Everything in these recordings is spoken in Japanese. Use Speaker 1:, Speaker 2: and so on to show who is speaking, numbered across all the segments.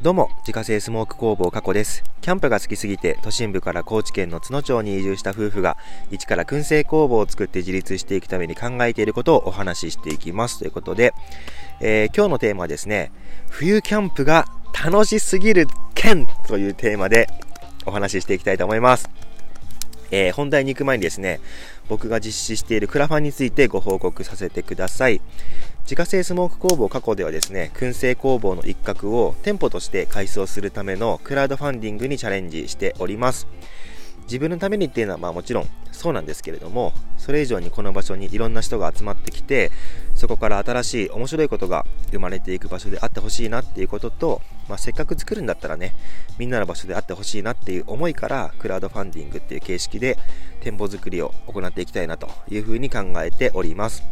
Speaker 1: どうも、自家製スモーク工房加古です。キャンプが好きすぎて、都心部から高知県の津野町に移住した夫婦が、一から燻製工房を作って自立していくために考えていることをお話ししていきます。ということで、えー今日のテーマはですね、冬キャンプが楽しすぎる県というテーマでお話ししていきたいと思います。えー本題に行く前にですね、僕が実施しているクラファンについてご報告させてください。自家製スモーク工房過去ではですね、燻製工房の一角を店舗として改装するためのクラウドファンディングにチャレンジしております。自分のためにっていうのはまあもちろんそうなんですけれども、それ以上にこの場所にいろんな人が集まってきて、そこから新しい面白いことが生まれていく場所であってほしいなっていうことと、まあ、せっかく作るんだったらね、みんなの場所であってほしいなっていう思いから、クラウドファンディングっていう形式で店舗作りを行っていきたいなというふうに考えております。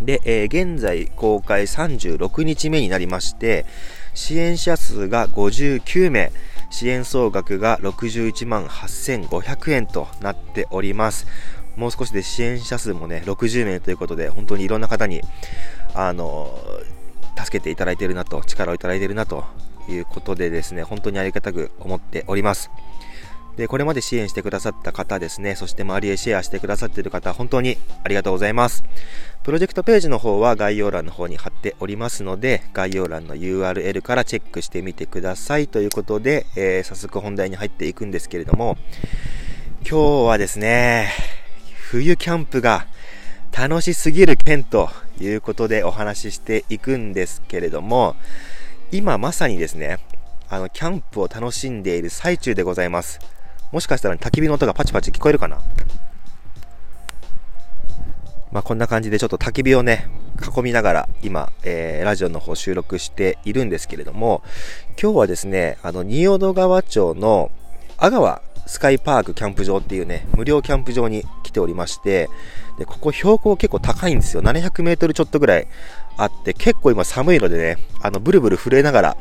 Speaker 1: で、えー現在公開36日目になりまして、支援者数が59名、支援総額が61万8500円となっております。もう少しで支援者数もね、60名ということで、本当にいろんな方に、あのー助けていただいているなと、力をいただいているなということでですね、本当にありがたく思っております。で、これまで支援してくださった方ですね、そして周りへシェアしてくださっている方、本当にありがとうございます。プロジェクトページの方は概要欄の方に貼っておりますので、概要欄の URL からチェックしてみてくださいということで、えー早速本題に入っていくんですけれども、今日はですね、冬キャンプが楽しすぎる件ということでお話ししていくんですけれども、今まさにですね、あの、キャンプを楽しんでいる最中でございます。もしかしたら焚き火の音がパチパチ聞こえるかなまあ、こんな感じでちょっと焚き火をね、囲みながら今、えーラジオの方収録しているんですけれども、今日はですね、あの、仁淀川町の阿川スカイパークキャンプ場っていうね、無料キャンプ場に来ておりまして、で、ここ標高結構高いんですよ。700メートルちょっとぐらいあって、結構今寒いのでね、あの、ブルブル震えながら、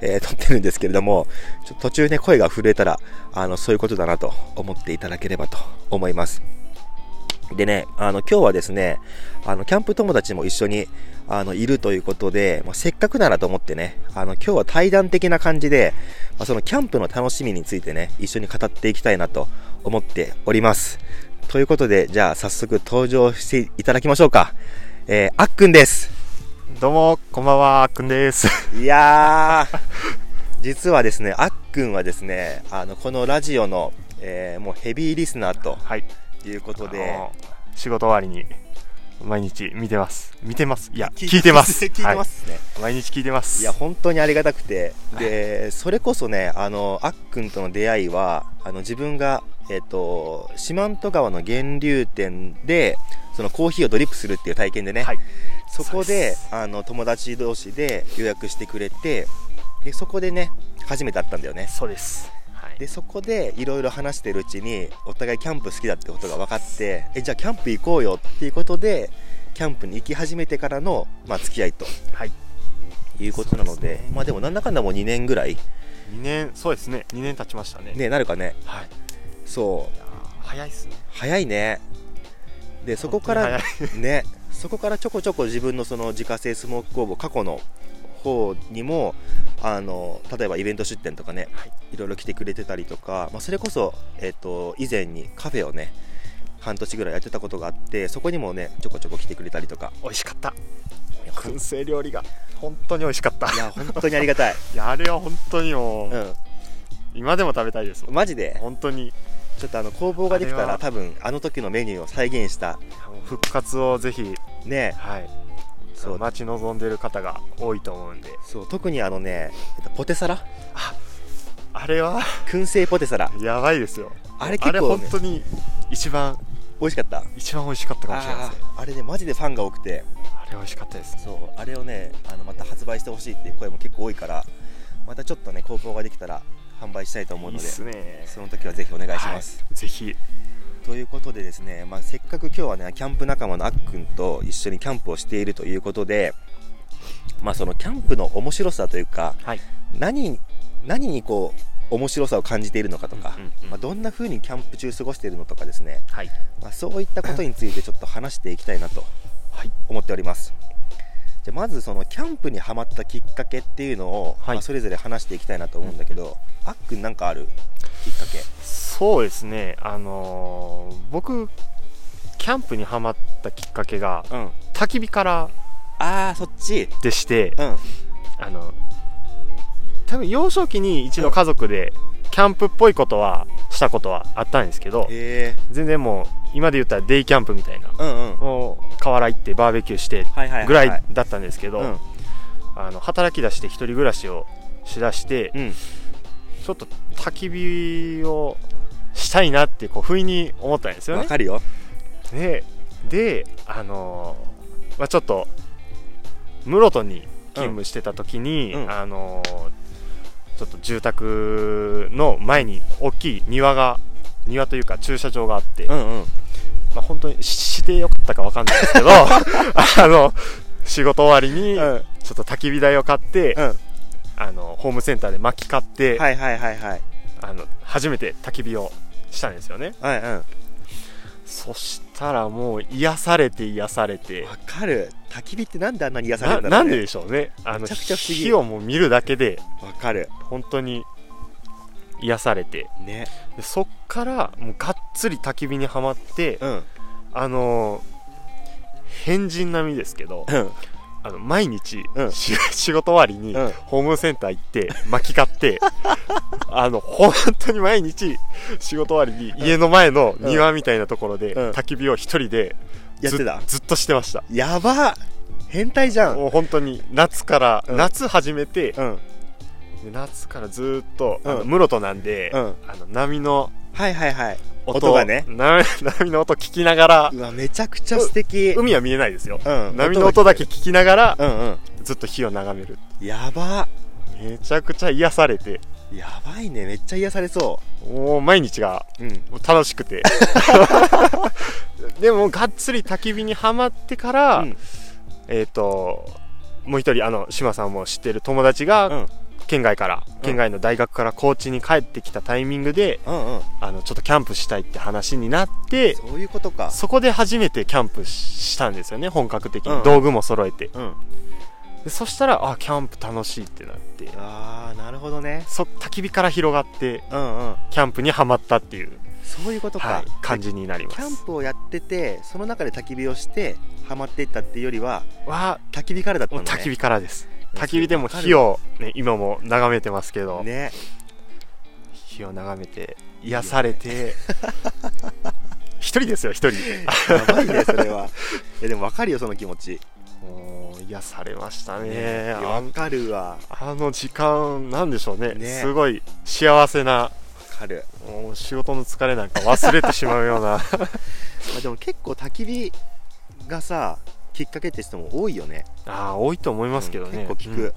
Speaker 1: えー撮ってるんですけれども、ちょっと途中ね、声が震えたら、あの、そういうことだなと思っていただければと思います。でね、あの、今日はですね、あの、キャンプ友達も一緒に、あの、いるということで、まあ、せっかくならと思ってね、あの、今日は対談的な感じで、まあ、そのキャンプの楽しみについてね、一緒に語っていきたいなと思っております。ということで、じゃあ早速登場していただきましょうか。えー、あっくんです。
Speaker 2: どうも、こんばんは、あっくんです。
Speaker 1: いやー、実はですね、あっくんはですね、あの、このラジオの、えーもうヘビーリスナーと
Speaker 2: はい。
Speaker 1: いうことで、
Speaker 2: あの仕事終わりに、毎日見てます。見てます。いや、聞いてます。
Speaker 1: 聞いて ますね、
Speaker 2: はい。毎日聞いてます。
Speaker 1: いや本当にありがたくてでそれこそねあのあっくんとの出会いはあの自分がえっ、と四万十川の源流店でそのコーヒーをドリップするっていう体験でね、
Speaker 2: はい。
Speaker 1: そこ
Speaker 2: そうで
Speaker 1: ですあの友達同士で予約してくれてでそこでね初めて会ったんだよね
Speaker 2: そうです。はい。
Speaker 1: でそこでいろいろ話してるうちにお互いキャンプ好きだってことが分かってえじゃあキャンプ行こうよっていうことでキャンプに行き始めてからの、まあ、付き合いと
Speaker 2: はい。
Speaker 1: いうことなので
Speaker 2: そうですね
Speaker 1: まあでもなんだかんだもう2年ぐらい
Speaker 2: 2年、そうですね。2年経ちましたね。
Speaker 1: ねなるかね
Speaker 2: はい。
Speaker 1: そう
Speaker 2: いやー早いっすね。
Speaker 1: 早いねでそこから
Speaker 2: 本当に
Speaker 1: ねそこからちょこちょこ自分のその自家製スモーク工房過去の方にもあの例えばイベント出店とかね
Speaker 2: 早い。はい
Speaker 1: いろいろ来てくれてたりとか、まあ、それこそ、えっと以前にカフェをね半年ぐらいやってたことがあってそこにもねちょこちょこ来てくれたりとか
Speaker 2: 美味しかった。燻製料理が、本当に美味しかった。
Speaker 1: いや本当にありがたい、
Speaker 2: いやあれは 本当にもう、
Speaker 1: う
Speaker 2: 今でも食べたいですも
Speaker 1: ん、
Speaker 2: ん。
Speaker 1: マジで
Speaker 2: 本当に。い
Speaker 1: ちょっとあの工房ができた
Speaker 2: あれ
Speaker 1: ら
Speaker 2: は
Speaker 1: 多分あの時のメニューを再現した
Speaker 2: やもう復活をぜひ、
Speaker 1: ね
Speaker 2: はい。
Speaker 1: そう
Speaker 2: 待ち望んでる方が多いと思うんで
Speaker 1: そう特にあのね、えっと、ポテサラ
Speaker 2: あれは
Speaker 1: 燻製ポテサラ
Speaker 2: やばいですよ
Speaker 1: あれ
Speaker 2: あ
Speaker 1: 結
Speaker 2: れ
Speaker 1: 構、
Speaker 2: 本
Speaker 1: ね、
Speaker 2: 当に一番
Speaker 1: 美味しかった
Speaker 2: 一番美味しかったかもしれない
Speaker 1: あ
Speaker 2: ですね
Speaker 1: ーあれねマジでファンが多くて
Speaker 2: あれ美味しかったです
Speaker 1: そうあれをねあのまた発売してほしいっていう声も結構多いからまたちょっとね工房ができたら販売したいと思う
Speaker 2: いい
Speaker 1: の
Speaker 2: っ
Speaker 1: です
Speaker 2: ね
Speaker 1: その時はぜひお願いします、
Speaker 2: はいぜひ
Speaker 1: ということでですね、まあ、せっかく今日はねキャンプ仲間のあっくんと一緒にキャンプをしているということで、まあ、そのキャンプの面白さというか
Speaker 2: はい
Speaker 1: 何何にこう面白さを感じているのかとか、
Speaker 2: うんうんうん
Speaker 1: まあ、どんな風にキャンプ中過ごしているのとかですね、
Speaker 2: はい
Speaker 1: まあ、そういったことについてちょっと話していきたいなと
Speaker 2: はい
Speaker 1: 思っておりますじゃあまずそのキャンプにはまったきっかけっていうのを、
Speaker 2: はい
Speaker 1: まあそれぞれ話していきたいなと思うんだけど、あっくんなんかあるきっかけ
Speaker 2: そうですねあのー僕キャンプにはまったきっかけが
Speaker 1: うん
Speaker 2: 焚き火から
Speaker 1: ああそっち
Speaker 2: でして
Speaker 1: うん
Speaker 2: あの多分幼少期に一度家族でキャンプっぽいことはしたことはあったんですけど
Speaker 1: へえ
Speaker 2: 全然もう今で言ったらデイキャンプみたいな
Speaker 1: うんうん
Speaker 2: もう河原行ってバーベキューして
Speaker 1: はいはいはいはい
Speaker 2: ぐらいだったんですけど、
Speaker 1: うん
Speaker 2: あの働き出して一人暮らしをしだして
Speaker 1: うん
Speaker 2: ちょっと焚き火をしたいなってこう不意に思ったんですよ
Speaker 1: わ
Speaker 2: ね。
Speaker 1: かるよ
Speaker 2: でであのーまあ、ちょっと室戸に勤務してた時に、
Speaker 1: うんうん
Speaker 2: あのーちょっと住宅の前に大きい庭が庭というか駐車場があって、
Speaker 1: うんうん
Speaker 2: まあ、本当にししてよかったかわかんないです けどあの仕事終わりに
Speaker 1: うん
Speaker 2: ちょっと焚き火台を買って、
Speaker 1: うん
Speaker 2: あのホームセンターで薪買って、
Speaker 1: はいはいはいはい
Speaker 2: あの初めて焚き火をしたんですよね
Speaker 1: うんうん
Speaker 2: そしたらもう癒されて癒されて
Speaker 1: わかる焚き火ってなんであんなに癒され
Speaker 2: な
Speaker 1: るんだ
Speaker 2: な
Speaker 1: ろうん
Speaker 2: で
Speaker 1: ね
Speaker 2: でしょうねあの
Speaker 1: めちゃくちゃ不思議
Speaker 2: 火をもう見るだけで
Speaker 1: わかる
Speaker 2: 本当に癒されて
Speaker 1: ね
Speaker 2: でそっからもうがっつり焚き火にはまって、
Speaker 1: うん
Speaker 2: あの変人並みですけど
Speaker 1: うん
Speaker 2: あの毎日、
Speaker 1: うん
Speaker 2: し 仕事終わりに、
Speaker 1: うん
Speaker 2: ホームセンター行って巻き買って あの本当に毎日仕事終わりに家の前の庭みたいなところで、
Speaker 1: うん
Speaker 2: 焚き火を一人で
Speaker 1: やって
Speaker 2: ず
Speaker 1: た
Speaker 2: ずっとしてました
Speaker 1: やば変態じゃん
Speaker 2: もう本当に夏から、
Speaker 1: うん
Speaker 2: 夏始めて、
Speaker 1: うん
Speaker 2: で夏からずっと、あの
Speaker 1: うん
Speaker 2: 室戸なんで、
Speaker 1: うん
Speaker 2: あの波の
Speaker 1: はいはいはい
Speaker 2: 音
Speaker 1: 音がね
Speaker 2: な 波の音聞きながら
Speaker 1: うわめちゃくちゃ素敵
Speaker 2: 海は見えないですよ、
Speaker 1: うん
Speaker 2: 波の音だけ聞きながら、
Speaker 1: うんうん
Speaker 2: ずっと火を眺める
Speaker 1: やば
Speaker 2: めちゃくちゃ癒されて
Speaker 1: やばいねめっちゃ癒されそ
Speaker 2: もう毎日が
Speaker 1: ううん
Speaker 2: 楽し くてでもがっつり焚き火にはまってから、
Speaker 1: うん
Speaker 2: えっ、ともう一人あの志麻さんも知ってる友達
Speaker 1: う
Speaker 2: が
Speaker 1: ん
Speaker 2: 県外から、県外の大学から高知に帰ってきたタイミングで
Speaker 1: うんうん
Speaker 2: あのちょっとキャンプしたいって話になって
Speaker 1: そういうことか
Speaker 2: そこで初めてキャンプしたんですよね本格的に、
Speaker 1: うん
Speaker 2: 道具も揃えて
Speaker 1: うん
Speaker 2: でそしたらあキャンプ楽しいってなって
Speaker 1: あーなるほどね
Speaker 2: そ焚き火から広がって
Speaker 1: うんうん
Speaker 2: キャンプにはまったっていう、
Speaker 1: そういうことか、
Speaker 2: はい、感じになりま
Speaker 1: キャン
Speaker 2: す
Speaker 1: プをやっててその中で焚き火をしてハマっていったっていうよりは
Speaker 2: は
Speaker 1: 焚き火からだったの
Speaker 2: もう
Speaker 1: ね
Speaker 2: 焚き火からです
Speaker 1: うん
Speaker 2: 焚き火でも火を、ね、今も眺めてますけど、
Speaker 1: ね
Speaker 2: 火を眺めて癒され て一人ですよ一人
Speaker 1: やばいねそれは いやでも分かるよその気持ち
Speaker 2: もう癒されましたね
Speaker 1: いや
Speaker 2: あ
Speaker 1: わかるわ
Speaker 2: あの時間なんでしょうね
Speaker 1: ね
Speaker 2: すごい幸せな
Speaker 1: わかる、
Speaker 2: もう仕事の疲れなんか忘れてしまうよ うな
Speaker 1: まあ、でも結構焚き火がさきっかけって人も多いよね
Speaker 2: あー多いと思いますけどね、
Speaker 1: うん結構聞く、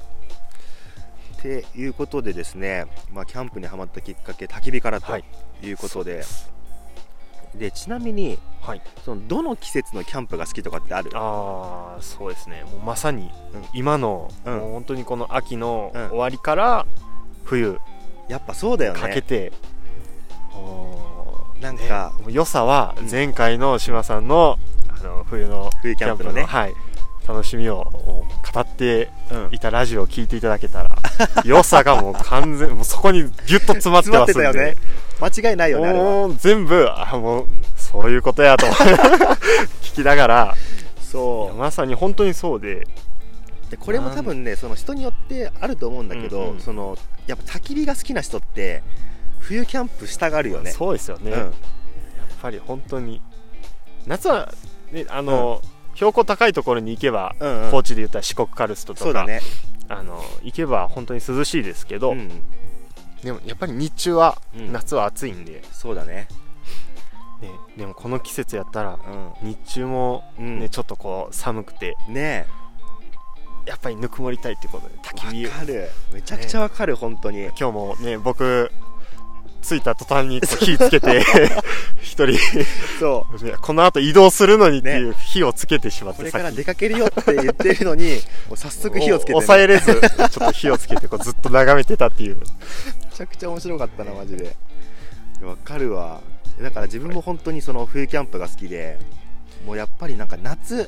Speaker 1: っていうことでですね、まあ、キャンプにはまったきっかけ焚き火からと
Speaker 2: はい
Speaker 1: いうことで,、
Speaker 2: す
Speaker 1: でちなみに
Speaker 2: うんはい
Speaker 1: そのどの季節のキャンプが好きとかってある
Speaker 2: ああそうですねもうまさに
Speaker 1: うん
Speaker 2: 今の、
Speaker 1: うん
Speaker 2: もう本当にこの秋の
Speaker 1: うん
Speaker 2: 終わりから冬
Speaker 1: やっぱそうだよね
Speaker 2: かけて、おー
Speaker 1: なんか
Speaker 2: ねもう良さは
Speaker 1: うん
Speaker 2: 前回の島さんの,、あの冬の
Speaker 1: 冬
Speaker 2: キ
Speaker 1: キ
Speaker 2: ャ
Speaker 1: ャ
Speaker 2: ン
Speaker 1: ン
Speaker 2: プ
Speaker 1: プ
Speaker 2: の
Speaker 1: のね
Speaker 2: はい、楽しみをもう語って
Speaker 1: うん
Speaker 2: いたラジオを聞いていただ けたら良さがもう完全もうそこにギュッと詰まって
Speaker 1: 詰ま
Speaker 2: ま
Speaker 1: って
Speaker 2: すん
Speaker 1: た
Speaker 2: で
Speaker 1: よね間違いないよねあれは
Speaker 2: もう全部あもうそういうこ とやと聞きながらいや
Speaker 1: そ
Speaker 2: まさに本当にそうで
Speaker 1: うでこれも多分ねその人によってあると思うんだけど、
Speaker 2: うんうん
Speaker 1: そのやっぱ焚き火が好きな人って冬キャンプしたがるよね
Speaker 2: そうですよね、
Speaker 1: う
Speaker 2: やっ
Speaker 1: ん、
Speaker 2: ぱり本当に夏は、ね、あの、標高高いところに行けば、
Speaker 1: うんうん
Speaker 2: 高知で言ったら四国カルスト
Speaker 1: そ
Speaker 2: と
Speaker 1: うだ
Speaker 2: か、
Speaker 1: ね
Speaker 2: あの行けば本当に涼しいですけど、
Speaker 1: うん
Speaker 2: でもやっぱり日中は、
Speaker 1: うん
Speaker 2: 夏は暑いんで、
Speaker 1: そうだね
Speaker 2: ね、でもこの季節やったら
Speaker 1: うん
Speaker 2: 日中も、
Speaker 1: うん
Speaker 2: ねちょっとこう寒くて
Speaker 1: ね
Speaker 2: やっぱりぬくもりたいってことで
Speaker 1: え
Speaker 2: 焚き火
Speaker 1: わかるめちゃくちゃわかる本当に
Speaker 2: 今日もね僕着いた途端にこう火つけて 一人
Speaker 1: そう
Speaker 2: ねこの後移動するのにっていう火をつけてしまっ
Speaker 1: こ
Speaker 2: て、
Speaker 1: れ
Speaker 2: さ
Speaker 1: か
Speaker 2: っ
Speaker 1: ら
Speaker 2: き
Speaker 1: 出かけるよって言ってるのにもう早速火をつけて、
Speaker 2: お
Speaker 1: ね、
Speaker 2: 抑えれずちょっと火をつけてこうずっと眺めてたっていう
Speaker 1: めちゃくちゃ面白かったなマジでわかるわだから自分も本当にその冬キャンプが好きでもうやっぱりなんか夏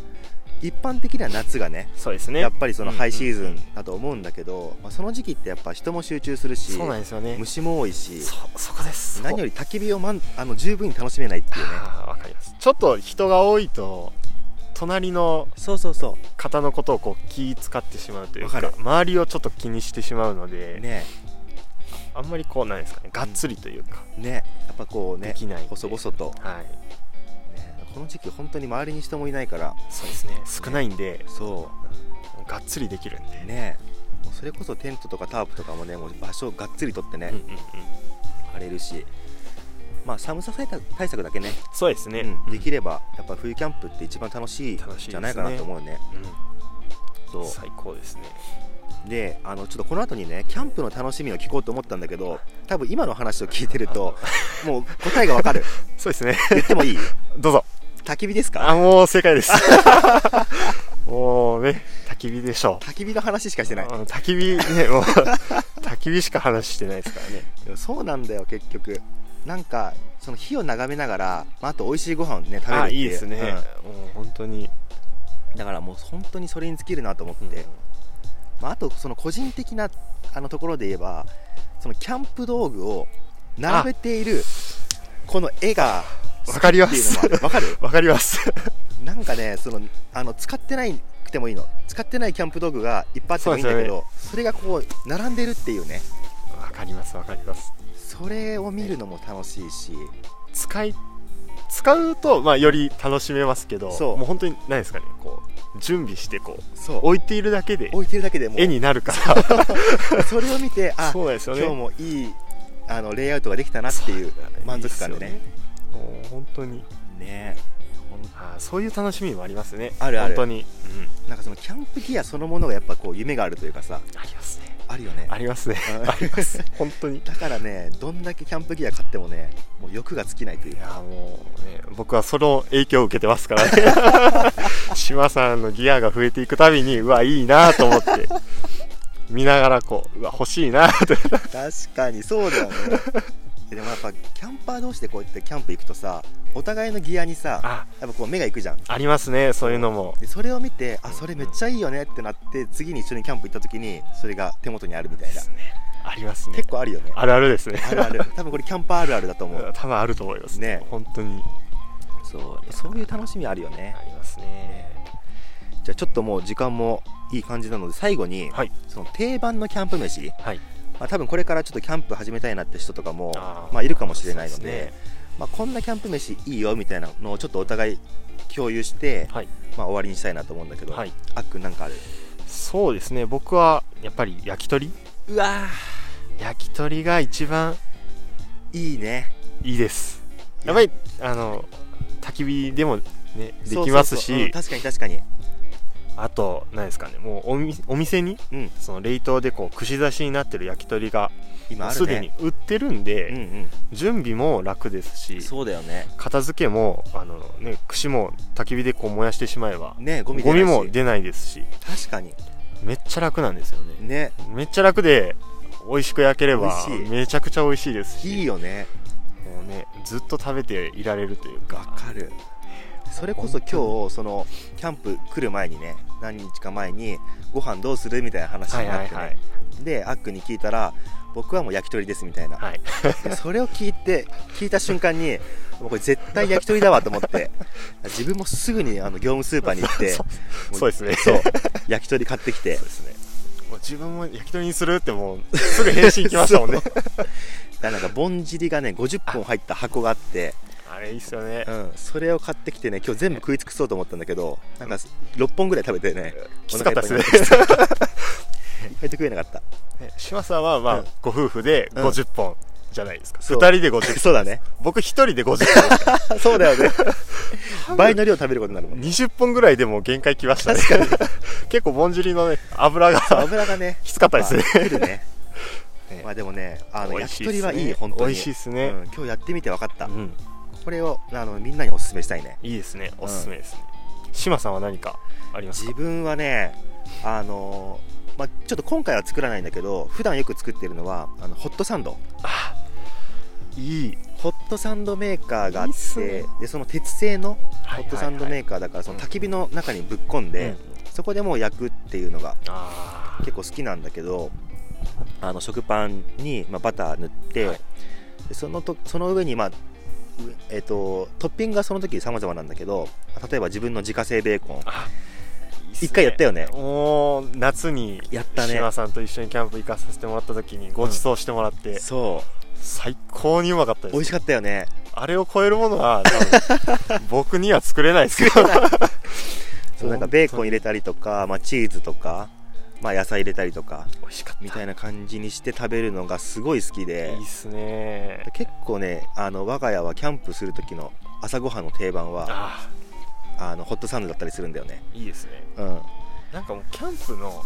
Speaker 1: 一般的には夏がね
Speaker 2: そうですね
Speaker 1: やっぱりそのハイシーズ
Speaker 2: うんうん
Speaker 1: ンだと思うんだけど、まあ、その時期ってやっぱ人も集中するし
Speaker 2: そうなんですよね
Speaker 1: 虫も多いし
Speaker 2: そそこです
Speaker 1: 何よ
Speaker 2: り
Speaker 1: り焚き火をまんあの十分に楽しめないっていうね
Speaker 2: わかりますちょっと人が多いと隣の
Speaker 1: そうそうそ
Speaker 2: 方のことをこう気使ってしまうというか
Speaker 1: わかる
Speaker 2: 周りをちょっと気にしてしまうので、
Speaker 1: うね
Speaker 2: あんまりこうなんですかねがっつりというか、
Speaker 1: ねやっぱこうね
Speaker 2: できないんで
Speaker 1: 細々と、
Speaker 2: はい
Speaker 1: ねこの時期本当に周りに人もいないから
Speaker 2: そうですね少ないんで、
Speaker 1: そ
Speaker 2: がっつりできるんで
Speaker 1: うねもうそれこそテントとかタープとかもねもう場所をがっつりとってね、
Speaker 2: うんうんうん
Speaker 1: 張れるしまあ寒さ対策対策だけね
Speaker 2: そうですね、
Speaker 1: うんでき
Speaker 2: る、
Speaker 1: ればやっぱ冬キャンプって一番楽しい
Speaker 2: 楽しいですね
Speaker 1: じゃないかなと思うね
Speaker 2: うん
Speaker 1: そ
Speaker 2: 最高ですね
Speaker 1: うであのちょっとこの後にねキャンプの楽しみを聞こうと思ったんだけど多分今の話を聞いてる ともう答えがわかる
Speaker 2: そうですね
Speaker 1: 言ってもいい
Speaker 2: どうぞ
Speaker 1: 焚き火ですか
Speaker 2: あもう正解です もうね焚き火でしょう
Speaker 1: 焚き火の話しかしてない
Speaker 2: うん焚き火ねもう 焚き火しか話してないですからね
Speaker 1: いやそうなんだよ結局なんかその火を眺めながら、まあ、あと美味しいご飯をね食べるっ
Speaker 2: あ
Speaker 1: ていう
Speaker 2: いいですね、もう本当に、
Speaker 1: うんだからもう本当にそれに尽きるなと思って、まあ、あとその個人的なあのところで言えばそのキャンプ道具を並べているこの絵が
Speaker 2: わかりま
Speaker 1: っていうのもあ
Speaker 2: す
Speaker 1: るわかる
Speaker 2: わかります
Speaker 1: なんかねそのあの使ってないくてもいいの使ってないキャンプ道具がいっぱいあってもいいんだけどそ,、れがこう並んでるっていうね
Speaker 2: わかりますわかります
Speaker 1: それを見るのも楽しいし
Speaker 2: 使い使うと、まあ、より楽しめますけど
Speaker 1: そう
Speaker 2: もう本当に何ですかねこう準備してこう
Speaker 1: そう
Speaker 2: 置いているだけで
Speaker 1: 置いてるだけでもう
Speaker 2: 絵になるから
Speaker 1: それを見て あ
Speaker 2: そうなんですよね
Speaker 1: 今日もいいあのレイアウトができたなっていう満足感でね
Speaker 2: いいすよねもう本当に
Speaker 1: ねほん
Speaker 2: あーそういう楽しみもありますね
Speaker 1: あるある
Speaker 2: 本当に、
Speaker 1: なんかそのキャンプギアそのものがやっぱこう夢があるというかさ
Speaker 2: ありますね
Speaker 1: あるよね
Speaker 2: ありますね
Speaker 1: うん
Speaker 2: あります 本当にい
Speaker 1: だからねどんだけキャンプギア買ってもねもう欲が尽きないという
Speaker 2: やーもうね僕はその影響を受けてますからね 島さんのギアが増えていくたびにうわいいなと思って見ながらこううわ欲しいなと
Speaker 1: 確かにそう だよねでもやっぱキャンパー同士でこうやってキャンプ行くとさお互いのギアにさやっ
Speaker 2: あ
Speaker 1: ぱこう目が行くじゃん
Speaker 2: ありますねそういうのも
Speaker 1: でそれを見てあそれめっちゃいいよねってなって次に一緒にキャンプ行った時にそれが手元にあるみたいな
Speaker 2: ありますね
Speaker 1: 結構あるよね
Speaker 2: あるあるですね
Speaker 1: あるある多分これキャンパーあるあるだと思う
Speaker 2: 多分あると思います
Speaker 1: ね
Speaker 2: 本当に
Speaker 1: そうそういう楽しみあるよね
Speaker 2: ありますね
Speaker 1: じゃあちょっともう時間もいい感じなので最後に、
Speaker 2: はい
Speaker 1: その定番のキャンプ飯、
Speaker 2: はい
Speaker 1: まあ、多分これからちょっとキャンプ始めたいなって人とかも
Speaker 2: あー
Speaker 1: まあ、いるかもしれないので
Speaker 2: そうですね
Speaker 1: まあ、こんなキャンプ飯いいよみたいなのをちょっとお互い共有して、
Speaker 2: はい
Speaker 1: まあ、終わりにしたいなと思うんだけど、
Speaker 2: はい
Speaker 1: あっくんなんかある
Speaker 2: そうですね僕はやっぱり焼き鳥
Speaker 1: うわ
Speaker 2: 焼き鳥が一番
Speaker 1: いいね
Speaker 2: いいですやっぱりあの焚き火でもねで
Speaker 1: そうそうそう
Speaker 2: きます
Speaker 1: うん
Speaker 2: し
Speaker 1: 確かに確かに
Speaker 2: あと何ですかねもうおみお店に
Speaker 1: うん
Speaker 2: その冷凍でこう串刺しになってる焼き鳥が
Speaker 1: 今ある
Speaker 2: す
Speaker 1: ね
Speaker 2: でに売ってるん
Speaker 1: うん
Speaker 2: で準備も楽です
Speaker 1: うん
Speaker 2: し
Speaker 1: そうだよね
Speaker 2: 片付けもあの、ね、串も焚き火でこう燃やしてしまえば
Speaker 1: ねゴミ出
Speaker 2: ゴ
Speaker 1: ない
Speaker 2: ミ
Speaker 1: し
Speaker 2: も出ないですし
Speaker 1: 確かに
Speaker 2: めっちゃ楽なんですよね
Speaker 1: ね
Speaker 2: めっちゃ楽で美味しく焼ければ
Speaker 1: 美味しい
Speaker 2: めちゃくちゃ美味しいですし
Speaker 1: いいよね
Speaker 2: もうねずっと食べていられるという
Speaker 1: わ
Speaker 2: か
Speaker 1: かるそれこそ今日そのキャンプ来る前にね何日か前にご飯どうするみたいな話
Speaker 2: は
Speaker 1: に
Speaker 2: い
Speaker 1: な
Speaker 2: は
Speaker 1: っ
Speaker 2: い
Speaker 1: てね、
Speaker 2: はい
Speaker 1: であっくんに聞いたら僕はもう焼き鳥ですみたいな、
Speaker 2: はい
Speaker 1: でそれを聞いて聞いた瞬間にもうこれ絶対焼き鳥だわと思って自分もすぐにあの業務スーパーに行って
Speaker 2: そう
Speaker 1: も
Speaker 2: そうですね
Speaker 1: そう焼き鳥買ってきて
Speaker 2: そうですねもう自分も焼き鳥にするってもうすぐ返信来ました もんね
Speaker 1: だからなんかぼんじりがね50本入った箱があって
Speaker 2: あれいいっすよね
Speaker 1: うん、それを買ってきてね今日全部食い尽くそうと思ったんだけどなんか6本ぐらい食べてね
Speaker 2: きつかったですね
Speaker 1: お腹いぱいになってきた意外と食えなかった
Speaker 2: ね島さんはまあ、
Speaker 1: うん
Speaker 2: ご夫婦で
Speaker 1: うん
Speaker 2: 50本じゃないですか、
Speaker 1: そう
Speaker 2: 2人で50本
Speaker 1: そうだ ね
Speaker 2: 僕1人で50本ですから
Speaker 1: そうだよね 倍の量食べることになるも ん
Speaker 2: 20本ぐらいでもう限界来ましたね 結構ぼんじりのね油が
Speaker 1: 油がね
Speaker 2: きつかったですね
Speaker 1: まあ来るね
Speaker 2: ね
Speaker 1: まあでもねあの
Speaker 2: 美味
Speaker 1: 焼
Speaker 2: し
Speaker 1: き
Speaker 2: いっすね
Speaker 1: 鳥はいい本当に
Speaker 2: 美味しいっすね
Speaker 1: うん今日やってみて分かった、
Speaker 2: うん
Speaker 1: これをあのみんなにおすすめしたいね
Speaker 2: いいですねおすすめですね、島さんは何かあります
Speaker 1: 自
Speaker 2: か
Speaker 1: 分はねあのまあ、ちょっと今回は作らないんだけど普段よく作ってるのはあのホットサンド
Speaker 2: あいい
Speaker 1: ホットサンドメーカーがあっ
Speaker 2: いいっす
Speaker 1: て
Speaker 2: ね
Speaker 1: でその鉄製の
Speaker 2: は
Speaker 1: ホ
Speaker 2: い
Speaker 1: ットサンドメーカーだからその焚き火の中にぶっ込んで、そこでもう焼くっていうのが
Speaker 2: あ
Speaker 1: 結構好きなんだけどあの食パンに、まあ、バター塗って、
Speaker 2: はい
Speaker 1: でそのとその上に、まあうえっとトッピングがその時様々なんだけど例えば自分の自家製ベーコン
Speaker 2: あ
Speaker 1: 一回やったよね
Speaker 2: もう夏に
Speaker 1: やったね
Speaker 2: 島さんと一緒にキャンプ行かさせてもらった時にご馳走してもらって、
Speaker 1: そ
Speaker 2: 最高にうまかった
Speaker 1: う
Speaker 2: で
Speaker 1: 美味
Speaker 2: す
Speaker 1: しかったよね
Speaker 2: あれを超えるものは 多分僕には作れないですけど
Speaker 1: そうなんかベーコン入れたりとか、まあ、チーズとか、まあ、野菜入れたりとか
Speaker 2: 美味しかった
Speaker 1: みたいな感じにして食べるのがすごい好きで
Speaker 2: いいっすね
Speaker 1: 結構ねあの我が家はキャンプする時の朝ごはんの定番は
Speaker 2: あ
Speaker 1: あのホットサンドだったりするんだよね
Speaker 2: ーいいですね
Speaker 1: うん
Speaker 2: なんかもうキャンプの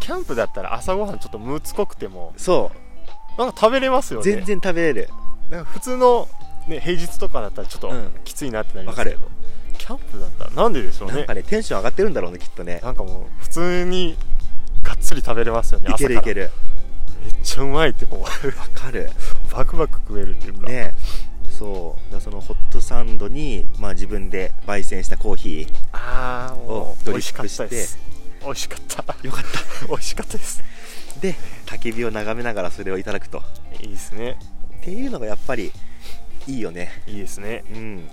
Speaker 2: キャンプだったら朝ごはんちょっとむつこくても
Speaker 1: そ
Speaker 2: なんか食べれますよ
Speaker 1: う
Speaker 2: ね
Speaker 1: 全然食べれる
Speaker 2: なんか普通の、ね、平日とかだったらちょっと
Speaker 1: うん
Speaker 2: きついなってなり
Speaker 1: わ
Speaker 2: ま
Speaker 1: か
Speaker 2: すけ
Speaker 1: る
Speaker 2: ど、キャンプだったらなんででしょう
Speaker 1: な
Speaker 2: ね
Speaker 1: んかねテンション上がってるんだろうねきっとね
Speaker 2: なんかもう普通にがっつり食べれますよね
Speaker 1: いけるい
Speaker 2: 朝か
Speaker 1: ける
Speaker 2: らめっちゃうまいってこう
Speaker 1: わかる
Speaker 2: バクバク食えるっていうか、
Speaker 1: ねそうだからそのホットサンドに、まあ、自分で焙煎したコーヒ
Speaker 2: ああ
Speaker 1: ー
Speaker 2: も
Speaker 1: を
Speaker 2: う
Speaker 1: ドリ
Speaker 2: 美味し
Speaker 1: ッ
Speaker 2: かっ
Speaker 1: プしたて
Speaker 2: です美味しかった
Speaker 1: よかった
Speaker 2: 美味しかったです
Speaker 1: で焚き火を眺めながらそれをいただくと
Speaker 2: いいですね
Speaker 1: っていうのがやっぱりいいよね
Speaker 2: いいですね
Speaker 1: うん
Speaker 2: うん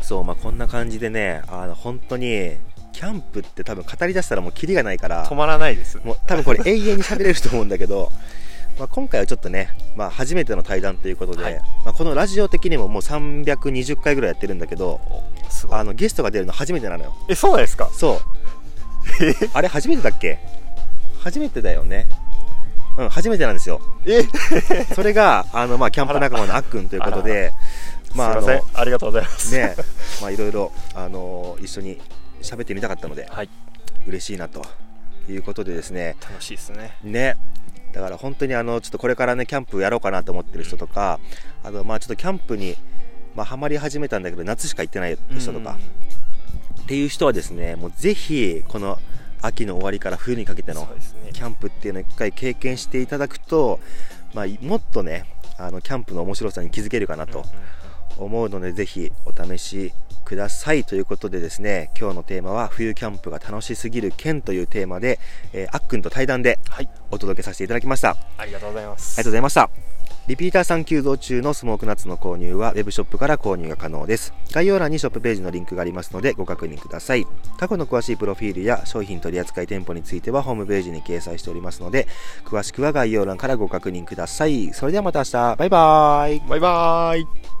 Speaker 1: そうまあこんな感じでねあの本当にキャンプって多分語りだしたらもうキリがないから
Speaker 2: 止まらないです
Speaker 1: もう多分これ永遠に喋れると思うんだけど まあ今回はちょっとね、まあ、初めての対談ということで、
Speaker 2: はい
Speaker 1: まあ、このラジオ的にももう320回ぐらいやってるんだけど
Speaker 2: すごい
Speaker 1: あのゲストが出るの初めてなのよ
Speaker 2: えそうなんですか
Speaker 1: そうあれ初めてだっけ初めてだよねうん初めてなんですよ
Speaker 2: え
Speaker 1: それがあの、まあ、キャンプ仲間のあっくんということでまああ
Speaker 2: すいませ
Speaker 1: の
Speaker 2: んありがとうございます
Speaker 1: ねまあいろいろあの一緒に喋ってみたかったので
Speaker 2: はい
Speaker 1: 嬉しいなということでですね
Speaker 2: 楽しいですね
Speaker 1: ねだから本当にあのちょっとこれからねキャンプやろうかなと思ってる人とかあとまあちょっとキャンプにまあハマり始めたんだけど夏しか行ってない人とかっていう人はですねもうぜひこの秋の終わりから冬にかけて
Speaker 2: うん
Speaker 1: の
Speaker 2: そうですね
Speaker 1: キャンプっていうのを一回経験していただくと、まあ、もっとねあのキャンプの面白さに気づけるかなと
Speaker 2: うんうんうん
Speaker 1: 思うのでぜひお試しくださいということでですね今日のテーマは「冬キャンプが楽しすぎる県」というテーマで、えーあっくんと対談で
Speaker 2: はい
Speaker 1: お届けさせていただきましたあり
Speaker 2: ありがとうございます
Speaker 1: がとうございましたリピーターさん急増中のスモークナッツの購入はウェブショップから購入が可能です概要欄にショップページのリンクがありますのでご確認ください過去の詳しいプロフィールや商品取扱店舗についてはホームページに掲載しておりますので詳しくは概要欄からご確認くださいそれではまた明日バイバーイ
Speaker 2: バイバーイ